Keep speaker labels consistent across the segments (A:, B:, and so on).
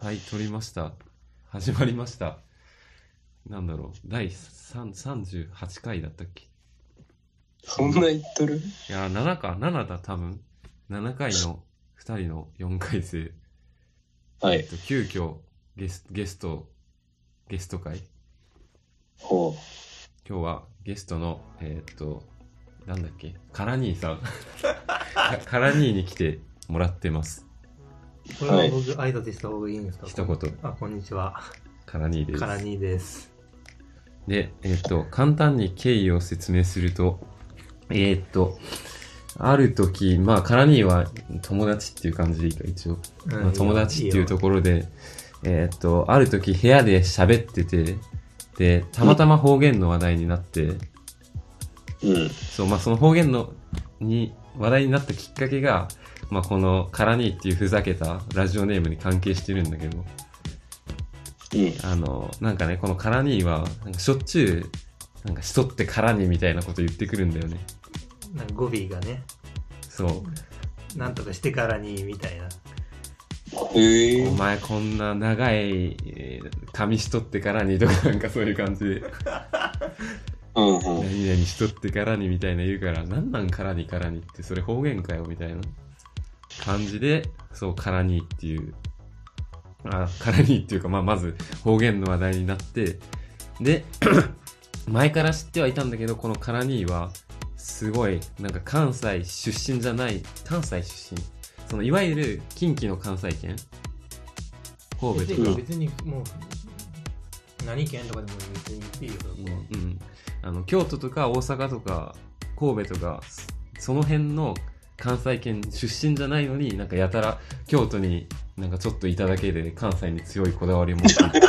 A: はい、撮りました。始まりました。なんだろう、第3 38回だったっけい
B: そんな言っとる
A: やー、7か、7だ、多分。7回の2人の4回生。
B: は
A: えっ。と、急遽ゲス、ゲスト、ゲスト会。
B: ほ
A: 今日はゲストの、えーっと、なんだっけ、カラニーさん。カラニーに来てもらってます。
C: これは僕、挨拶した方がいいんですか
A: 一言、
C: あ、こんにちは。
A: カラニーです。
C: カラニーです。
A: で、えっ、と、簡単に経緯を説明すると、えっ、と、ある時、まあ、カラニーは友達っていう感じでいいか、一応。
C: うん
A: まあ、友達っていうと
C: こ
A: ころで、えっ、と、ある時部屋で喋ってて、で、たまたま方言の話題になって、
B: う。うん。
A: そう、まあ、その方言の、に、話題になったきっかけが、まあ、このカラニーっていうふざけたラジオネームに関係してるんだけど、
B: うん。
A: あの、なんかね、このカラニーは、なんかしょっちゅう、なんかしとってからにみたいなこと言ってくるんだよね。
C: なんか語尾がね、
A: そ
C: なんとかしてからに、みたいな。
B: へ
A: う。
B: え
A: お。前こんな長い、えー髪しとってからにとかなんかそういう感じで、
B: うんうん。
A: 何々しとってからにみたいな言うから、なんなんからにからにって、それ方言かよみたいな感じで、そう、からにっていう、あ、からにっていうか、まあ、まず方言の話題になって、で、 前から知ってはいたんだけど、このカラニーは、すごい、なんか関西出身じゃない、関西出身。その、いわゆる近畿の関西圏神戸とか。
B: うん
C: 別にもう、何県とかでも別に言っていいよ、そこは
A: うん、あの京都とか大阪とか神戸とかその辺の関西圏出身じゃないのになんかやたら京都になんかちょっといただけで関西に強いこだわりを持ってるってい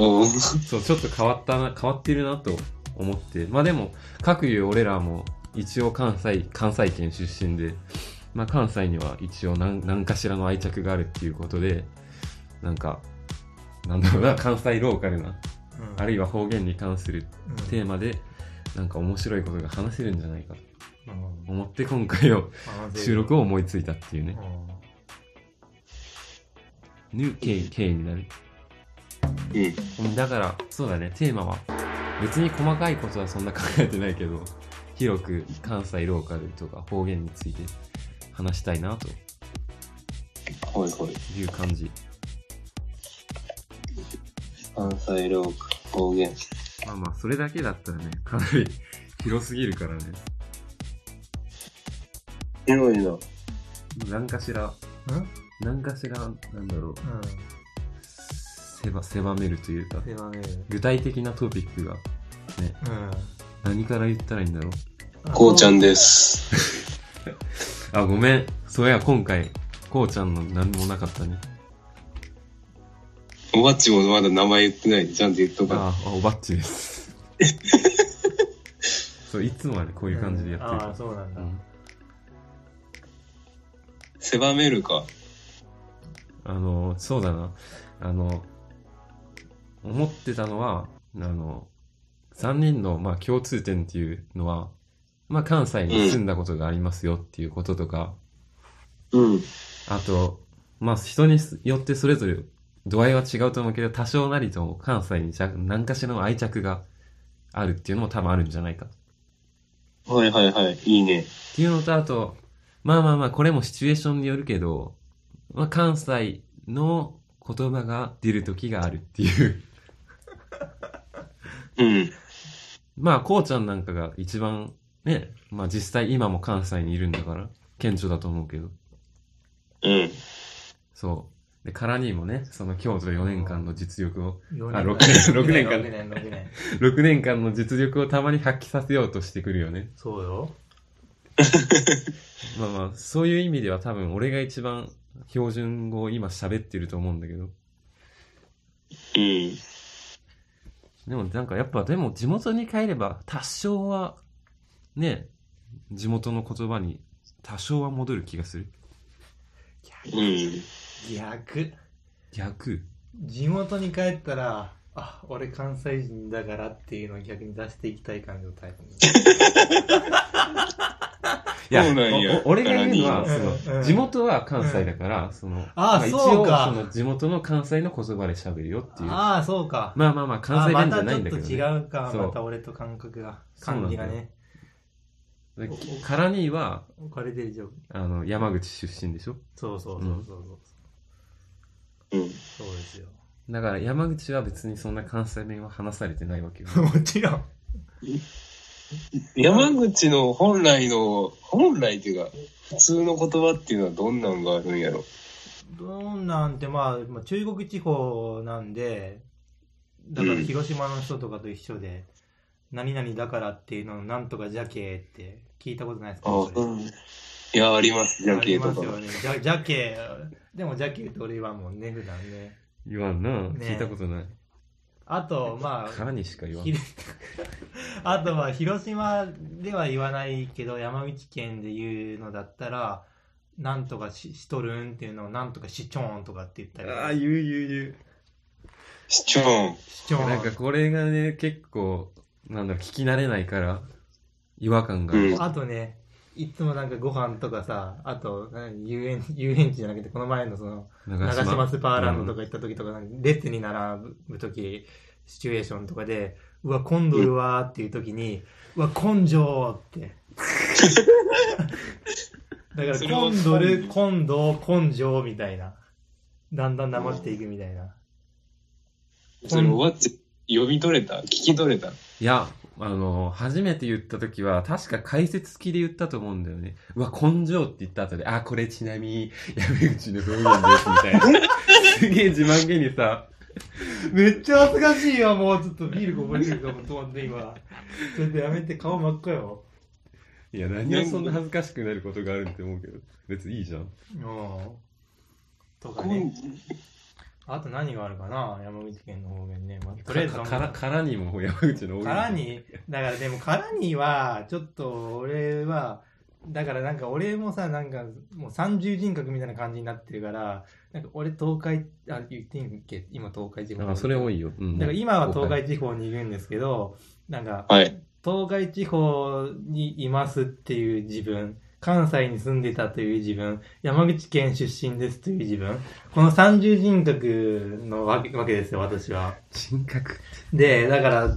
A: う
B: うん。
A: そうちょっと変わったな変わってるなと思ってまあでも各いう俺らも一応関西関西圏出身で、まあ、関西には一応何何かしらの愛着があるっていうことでなんかなんだろうな関西ローカルな
C: うん
A: あるいは方言に関する
C: うん
A: テーマでなんか面白いことが話せるんじゃないかと
C: うん
A: 思って今回の収録を思いついたっていう
C: う
A: ね
C: ん。
A: ニュー経緯経緯になる。
B: うん。
A: うんだから、そうだね、テーマは別に細かいことはそんな考えてないけど、広く関西ローカルとか方言について話したいなと
B: はいはい。
A: いう感じ。
B: 関西ローク、方言。
A: まあまあ、それだけだったらね、かなり広すぎるからね、
B: 広いな。
A: 何かしら、
C: うん
A: 何かしら、なんだろう、
C: うん。
A: 狭狭めるというか
C: そ、れはね、
A: 具体的なトピックが
C: うん。
A: 何から言ったらいいんだろう。
B: こうちゃんです。
A: あ、ごめん。そういや、今回、こうちゃんの何もなかったね。
B: おばっちもまだ名前言ってないで、ちゃんと言っとか
A: あ、あおばっち です。そう、いつもはね、こういう感じでやってる
C: うん
A: か
C: ああ、そうなん
A: ら。
C: だ
A: う。ん
B: 狭めるか。
A: あの、そうだな。あの、思ってたのは、あの、3人の、まあ、共通点っていうのは、まあ、関西に住んだことがありますよっていうこととか、
B: うん。
A: あと、まあ、人によってそれぞれ度合いは違うと思うけど、多少なりとも関西にじゃ何かしらの愛着があるっていうのも多分あるんじゃないか。っ
B: はいはいはい。いいね。
A: ていうのと、あと、まあまあまあ、これもシチュエーションによるけど、まあ、関西の言葉が出る時があるっていう。
B: うん。
A: まあ、こうちゃんなんかが一番ね、まあ実際今も関西にいるんだから、顕著だと思うけど。
B: うん。
A: そう。で、からにもね、その京都4年間の実力を、
C: 4
A: あ、6年、六年間
C: 6。年、6年。
A: 6年間の実力をたまに発揮させようとしてくるよね。
C: そうよ。
A: まあまあ、そういう意味では多分俺が一番標準語を今喋ってると思うんだけど。
B: うん。
A: でもなんかやっぱでも地元に帰れば多少はね、地元の言葉に多少は戻る気がする。
B: うん。
C: 逆。
A: 逆
C: 地元に帰ったらあ俺関西人だからっていうのを逆に出していきたい感じのタイプ
A: や
B: そうなんや
A: おお俺が言うのは、
C: カラニー
A: そ
C: うんう
A: の、
C: ん
A: 地元は関西だから、その、
C: あ
A: ま
C: あ、
A: 一
C: そう
A: 応、そ
C: か。
A: の、地元の関西の言葉で喋るよっていう。ま
C: ああ、そうか。
A: あまあまあ、関西弁じゃないんだけど、ね。
C: あまたちょっと違うか、
A: そう
C: また俺と感覚が、
A: そうなんだ
C: 感じ
A: よ
C: がね。
A: だからカラニーは、
C: これで丈夫。
A: あの、山口出身でしょ
C: そうそうそうそうそう。
B: うん。
C: そうですよ。
A: だから山口は別にそんな関西弁は話されてないわ けよ。
C: もちろん。
B: 山口の本来の、本来っていうか、普通の言葉っていうのはどんなんがあるんやろ。
C: どんなんて、まあ、まあ中国地方なんで、だから広島の人とかと一緒で、何々だからっていうのをなんとかじゃけーって聞いたことないですか
B: あ
C: それ
B: うん。いや、あります、ジャ
C: あ
B: ケ
C: り
B: と
C: ます
B: か
C: よ。ね。じゃ、じゃけー。でも、じゃけーって俺言わんもんね、普段ね。
A: 言わんな、
C: ねえ
A: 聞いたことない。
C: あと、まあ、
A: からにしか言わん
C: ひ。ろ あとは広島では言わないけど山口県で言うのだったらなんとかししとるんっていうのをなんとかしちょんとかって言ったり
A: ああ、言う言う言う。
B: シチョーン。
C: しちょん
A: なんかこれがね、結構、なんだろう、聞き慣れないから、違和感がある。
B: うん
C: あとねいつもなんかご飯とかさあと何遊園遊園地じゃなくてこの前のその長島スパーランドとか行った時とかなんか列に並ぶ時シチュエーションとかで「うわコンドルは」っていう時に「うわ根性」ってだから
B: それは
C: コンドル今度根性みたいなだんだんなまっていくみたいな
B: それ終わって、読み取れた聞き取れた
A: いや、あの、初めて言った時は、確か解説付きで言ったと思うんだよね。うわ、根性って言った後で、あ、これちなみに、山口の表現です、みたい な。すげえ自慢げにさ、
C: めっちゃ恥ずかしいわもうちょっとビールこぼれてるかも止まって今ちょっとやめて顔真っ赤よ
A: いや、何をそんな恥ずかしくなることがあるって思うけど、別にいいじゃん。
C: うんとかねあと何があるかな山口県の方面ね、まあ、とりあえず
A: かからからにも山口の方言
C: カラニだからでもカラニはちょっと俺はだからなんか俺もさなんかもう三重人格みたいな感じになってるからなんか俺東海あ言っていいんっけ今東海地方
A: あそれ多
C: い
A: いよ、うん、
C: だから今は東海地方にいるんですけどなんか
B: はい。
C: 東海地方にいますっていう自分関西に住んでたという自分山口県出身ですという自分この三重人格のわけわけですよ私は。
A: 人格
C: で、だから、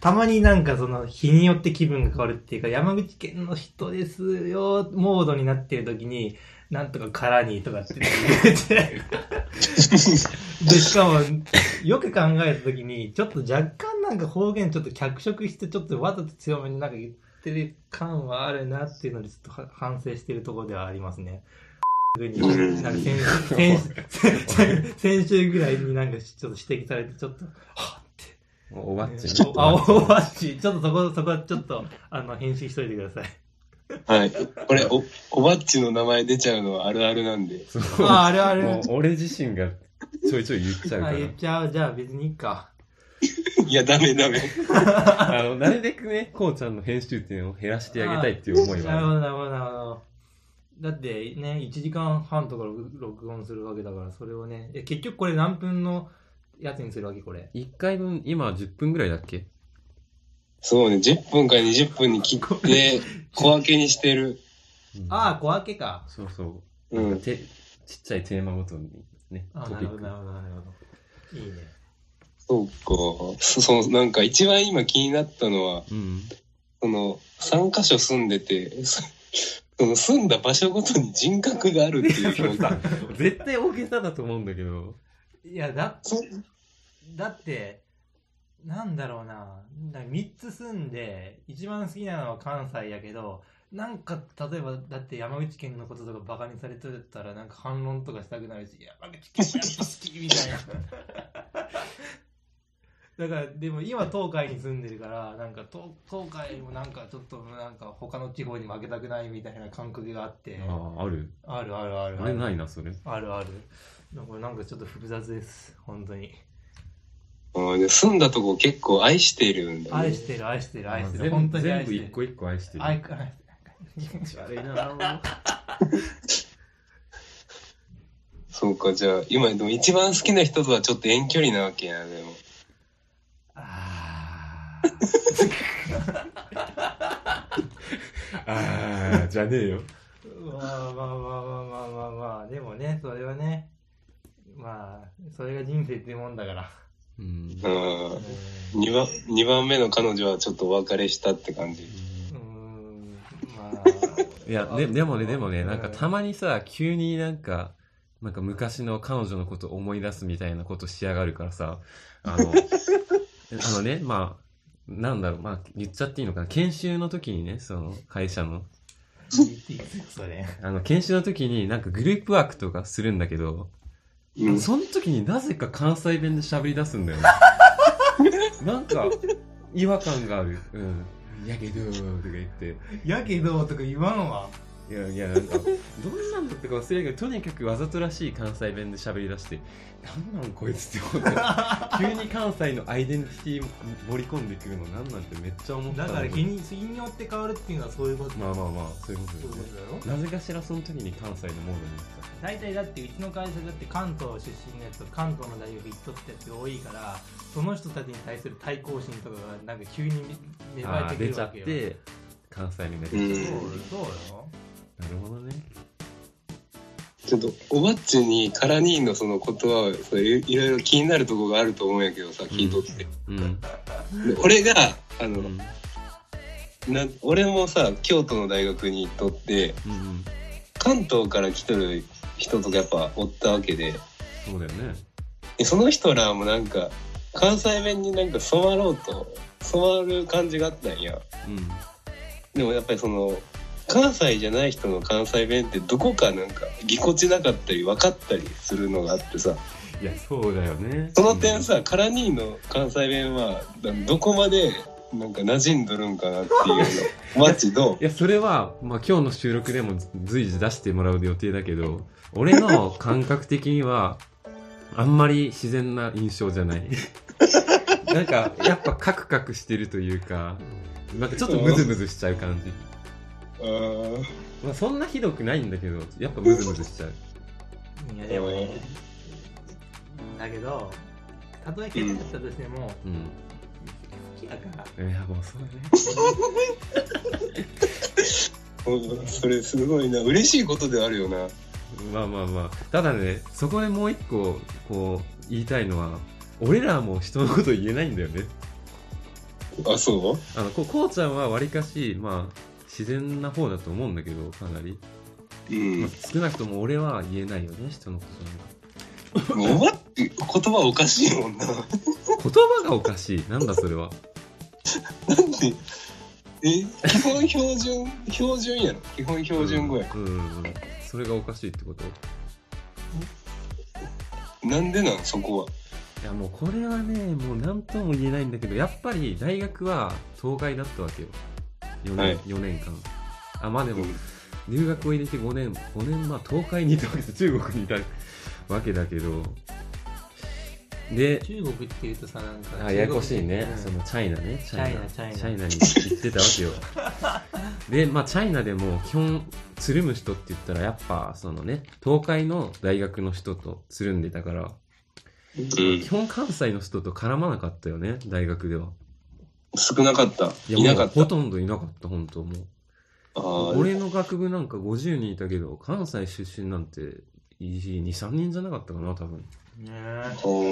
C: たまになんかその日によって気分が変わるっていうか、山口県の人ですよ、モードになってる時に、なんとかからにとかって言って。で、しかも、よく考えた時に、ちょっと若干なんか方言ちょっと脚色して、ちょっとわざと強めになんか言ってる感はあるなっていうので、ちょっとは反省してるところではありますね。
B: ん
C: なんか先先先先週ぐらいになんかちょっと指摘されて、ちょっと、はっって。
A: おばっち
C: ちょっと、あ、おわっち、ちょっとそこ、そこはちょっと、あの、返信しといてください。
B: はい。これ、お、おばっちの名前出ちゃうのはあるあるなんで。
A: そう
C: あ、あれあれ。
A: もう俺自身がちょいちょい言っちゃうか
C: あ、言っちゃう。じゃあ別にいいか。
B: いや、ダメダメ。
A: らあのなるべくねこうちゃんの編集点を減らしてあげたいっていう思い
C: なるほ
A: は
C: ど、なるほど、なるほど。だってね、1時間半とか録録音するわけだから、それをね、え結局これ何分のやつにするわけこれ。
A: 1回分今10分ぐらいだっけ
B: そうね、10分か20分に切って、小分けにしてる。
C: ああ、小分けか。
A: そうそうう、
B: ん。
A: てちっちゃいテーマごとにね
C: あ
A: ト
C: な
A: ピ
C: るほ
A: ッ
C: ど、
A: ク
C: なるほど、なるほど。いいね。
B: そうか。そそう、なんか一番今気になったのは、
A: うん
B: その、3カ所住んでて、そその住んだ場所ごとに人格が あるっていう
A: それ
B: 表現。
A: さ絶対大げさだと思うんだけど
C: いや、だ
B: そ
C: だってなんだろうなな3つ住んで一番好きなのは関西やけどなんか例えばだって山口県のこととかバカにされてたらなんか反論とかしたくなるし山口県やっぱ好きみたいな だからでも今東海に住んでるからなんか東東海もなんかちょっとなんか他の地方に負けたくないみたいな感覚があって
A: ああある
C: あるあるあるあ
A: 俺
C: る
A: ないなそれ
C: あるあるなんかなんかちょっと複雑です本当に。
B: うんで住んだとこ結構愛してるんだ、ね。
C: 愛してる愛してる愛して
A: 全
C: る本当に
A: 全
C: 愛
A: 部
C: して
A: 一
C: る
A: 個一個愛してる
C: 愛く愛
A: 気持ち悪いな
B: そうか、じゃあ、今でも一番好きな人とはちょっと遠距離なわけや、でも。
C: あ
A: ああ、じゃねえよ。
C: まあまあまあまあまあまあまあ、でもね、それはね、まあ、それが人生ってもんだから。
A: うん。
B: うん
C: う。ん
B: 2番、二番目の彼女はちょっとお別れしたって感じ。
C: うーん、まあ。
A: いや、ででもね、でもね、なんかた
C: ま、
A: まにさ、急になんか、なんか昔の彼女のこと思い出すみたいなことしやがるからさ、あ の、あのね、まあ、なんだろう、まあ、言っちゃっていいのかな、研修の時にね、その会社の、
C: いいですよそれ。
A: あの、研修の時になんかグループワークとかするんだけど、
B: うん。
A: その時になぜか関西弁で喋り出すんだ よね。なんか、違和感がある。うん。やけどーとか言って。
C: やけど、とか言わんわ。
A: いやいや、なんか、どんなんだったか忘れないけど、とにかくわざとらしい関西弁で喋り出して、なんなんこいつって思 って、急に関西のアイデンティティ盛り込んでくるの、なんなんてめっちゃ思った
C: だ
A: の
C: から日に、日によって変わるっていうのはそういうこと。
A: まあまあまあ、そういうこと
C: そう
A: だよ
C: いうこ
A: ね。
C: とだろ
A: なぜかしらその時に関西のモードになっ
C: 大体だってうちの会社だって関東出身のやつと関東の大学行っとったやつが多いからその人たちに対する対抗心とかがなんか急に芽
A: ちゃった。あー
C: 生えて
A: 出
C: く
A: ち
C: る
A: ゃ
C: わ
A: っ
C: けよ
A: て、関西になっちゃ
B: う
A: っ
B: ん
A: た。
C: そうそうよ
A: なるほどね。
B: ちょっと、おばっちにカラニーのその言葉をそういいろいろ気になるとこがあると思うんやけどさ、聞いとって。
A: うん。
B: で俺が、あ
A: う
B: の、
A: ん。
B: な俺もさ、京都の大学に行っとって、
A: うん。
B: 関東から来とる人とかやっぱおったわけで、
A: そうだよね。
B: でその人らもなんか、関西弁になんか染まろうと、染まる感じがあったんや。
A: うん。
B: でもやっぱりその関西じゃない人の関西弁ってどこかなんかぎこちなかったり分かったりするのがあってさ
A: いや、そうだよね。
B: その点さ、カラニーの関西弁はだどこまでなんか馴染んどるんかなっていうのマッチど
A: いや、それは、まあ、今日の収録でも随時出してもらう予定だけど、俺の感覚的には、あんまり自然な印象じゃない。なんか、やっぱカクカクしてるというか、なんかちょっとムズムズしちゃう感じ。
B: ううん
A: まあ、そんなひどくないんだけど、やっぱムズムズしちゃう。
C: いやでもねだけどたとえ聞いてたとしても、
A: うん。
C: 好きだから
A: いや、もうそうだね。
B: うんそれすごいな嬉しいことではあるよな
A: まあまあまあ。ただね、そこでもう一個、こう、言いたいのは、俺らも人のこと言えないんだよね。
B: あそ
A: あのここうちゃんはわりかし、まあ、自然な方だと思うんだけどかなり、
B: うう
A: まあ
B: ん
A: 少なくとも俺は言えないよね人のことなんか
B: おばって言葉おかしいもんな
A: 言葉がおかしいなんだそれは
B: なんでえ基本標準標準やろ基本標準語や
A: うん、うんうん、それがおかしいってこと
B: なんでなんそこはい
A: やもうこれはねもう何とも言えないんだけどやっぱり大学は東海だったわけよ4年,、
B: はい
A: 4年間あまあでも
B: うん
A: 留学を入れて5年5年まあ東海にいたわけで中国にいたわけだけどで
C: 中国っていうとさなんか
A: あややこしいね、
C: うん
A: そのチャイナねチ
C: チャイナ
A: チ
C: チ
A: ャ
C: ャ
A: イ
C: イ
A: ナに行ってたわけよでまあチャイナでも基本つるむ人って言ったらやっぱそのね東海の大学の人とつるんでたから
B: うん
A: 基本関西の人と絡まなかったよね大学では
B: 少なかった。いなかっ
A: もうほ
B: た。
A: とんどいなかった本当も
B: あ
A: う
B: ー
A: 俺の学部なんか50人いたけど関西出身なんて23人じゃなかったかな多分
C: ね
B: ああ、そう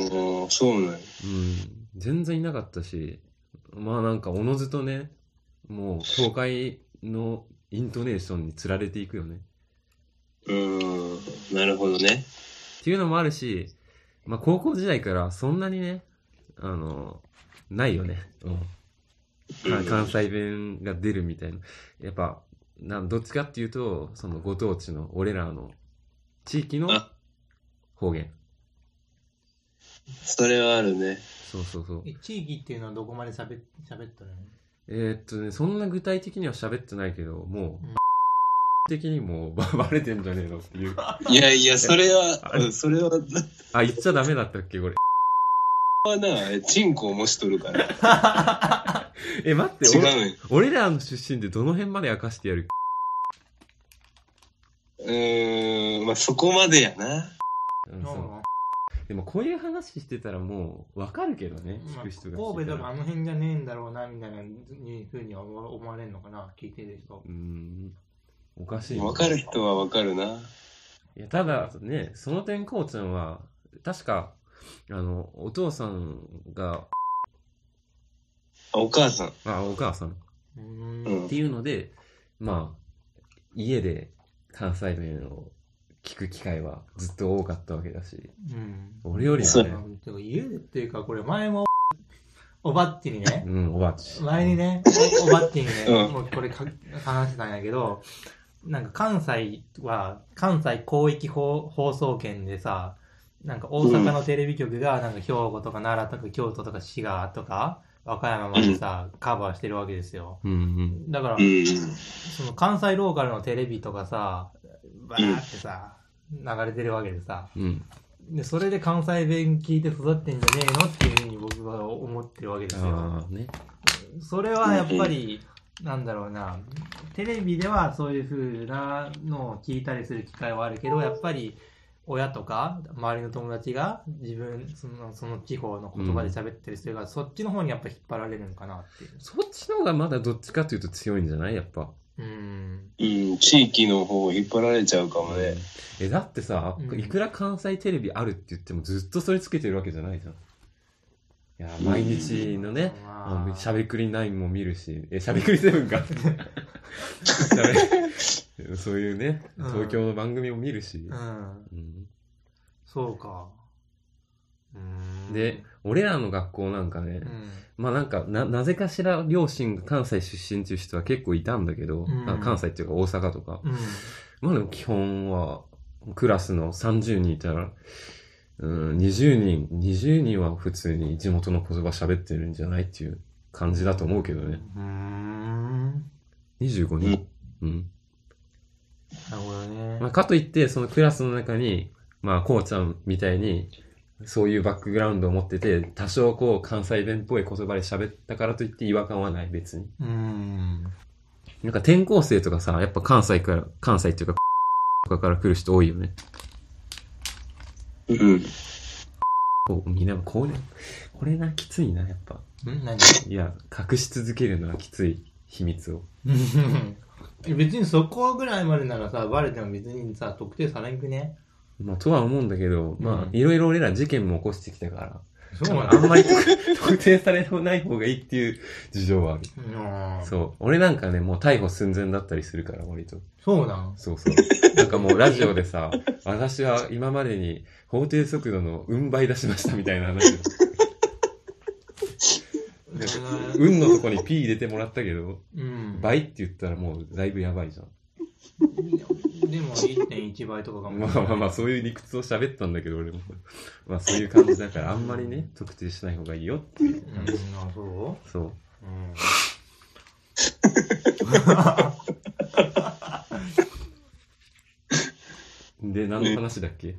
B: な
A: う
B: んや
A: ん、全然いなかったし、まあなんかおのずとね、もう東海のイントネーションにつられていくよね。
B: うーん、なるほどね。
A: っていうのもあるし、まあ高校時代からそんなにね、あの、ないよね。うん、か関西弁が出るみたいな。やっぱ、なんどっちかっていうと、そのご当地の俺らの地域の
B: あ
A: 方言。
B: それはあるね。
A: そうそうそう。
C: え地域っていうのはどこまで喋っ喋ったの
A: えーっとね、そんな具体的には喋ってないけど、もう、
C: うん
A: 的にもうばバレてんじゃねえのっていう。あ、
B: いやいや、それは、
A: あ
B: うんそれは、
A: 言っちゃダメだったっけ、これ。
B: はな、チンコを模しとる から。
A: え、待って
B: 違、
A: 俺
B: う
A: 俺らの出身でどの辺まで明かしてやる
B: んよ。うーん、まあそこまでやな。
A: うん
C: な
A: そ
C: の
A: でもこういう話してたらもうわかるけどね、聞
C: まあ
A: く人が聞
C: 神
A: い
C: 戸
A: た
C: と
A: ら
C: かあの辺じゃねえんだろうな、みたいなにふうに思思われるのかな、聞いてる人
A: う。ーん、おかしいね。
B: わかる人はわかるな。
A: いや、ただね、その点、こうちゃんは、確か、あの、お父さんが、
B: あお母さん。
A: あ、お母さんっ
C: う
B: う
C: ーん。
B: ん
A: て。いうので、まあ、家で関西弁を聞く機会はずっと多かったわけだし、
C: うん。
A: 俺より
B: そ
A: は
B: う
A: ね、
C: てか家でっていうか、これ前も、おばっちにね、
A: うん、おばっち。
C: 前にね、おおばっちにね、
B: うん
C: もうこれか話してたんやけど、なんか関西は、関西広域放放送圏でさ、なんか大阪のテレビ局が、なんか兵庫とか奈良とか京都とか滋賀とか、和歌山までさ、カバーしてるわけですよ。
A: うんうん。
C: だから
B: う、ん。
C: その関西ローカルのテレビとかさ、バーってさ、流れてるわけでさ、
A: うん。
C: で、それで関西弁聞いて育ってんじゃねえのっていうふうに僕は思ってるわけですよ。
A: ああ、ね。
C: それはやっぱり、なんだろうな、テレビではそういう風なのを聞いたりする機会はあるけど、やっぱり親とか周りの友達が自分、そのその地方の言葉で喋ったりするから、そっちの方にやっぱ引っ張られるのかなっていう。
A: そっちの方がまだどっちかというと強いんじゃないやっぱ。
C: うん。
B: うん。地域の方を引っ張られちゃうかもね。
A: え、だってさ
C: う、ん
A: いくら関西テレビあるって言ってもずっとそれつけてるわけじゃないじゃん。いや、毎日のね、
C: まあ
A: あのしゃべくり9も見るし、え、しゃべくり7か。 しゃべそういうね、
C: うん
A: 東京の番組も見るし
C: う。ん。
A: うん
C: そうか。うーん
A: で、、俺らの学校なんかね
C: う、ん。
A: まあなんか、な、なぜかしら両親が関西出身っていう人は結構いたんだけど、
C: うん
A: あ関西っていうか大阪とか。
C: うん。
A: まあでも基本は、クラスの30人いたら、うん、20人、20人は普通に地元の言葉喋ってるんじゃないっていう感じだと思うけどね。
C: うーん。
A: 25人。うん。
C: なるほどね。
A: まあ、かといって、そのクラスの中に、まあ、こうちゃんみたいに、そういうバックグラウンドを持ってて、多少こう、関西弁っぽい言葉で喋ったからといって違和感はない、別に。
C: うん。
A: なんか転校生とかさ、やっぱ関西から、関西っていうか、 とかから来る人多いよね。
B: うん。
A: こう、みんな、こうね、これな、きついな、やっぱ。
C: ん何
A: いや、隠し続けるのはきつい、秘密を。
C: 別にそこぐらいまでならさ、バレても別にさ、特定されんくね。
A: まあ、とは思うんだけど、まあ
C: う、ん
A: いろいろ俺ら事件も起こしてきたから、
C: そう
A: あんまり 特定されない方がいいっていう事情はある。
C: うん。そう
A: そう。俺なんかね、もう逮捕寸前だったりするから、割と。
C: なん。
A: そうそう。なんかもうラジオで さ、私は今までに法定速度の運倍出しましたみたいな 話。で運のとこに P 入れてもらったけど、
C: うん。
A: 倍って言ったらもうだいぶやばいじゃん。
C: でも1.1倍とかかも
A: まあまあまあ、そういう理屈を喋ったんだけど、俺も。まあそういう感じだから、あんまりね、特定しない方がいいよっていう
C: うん、
A: 話。
C: あ、そう
A: そう。
C: うん。
A: で、何の話だっけ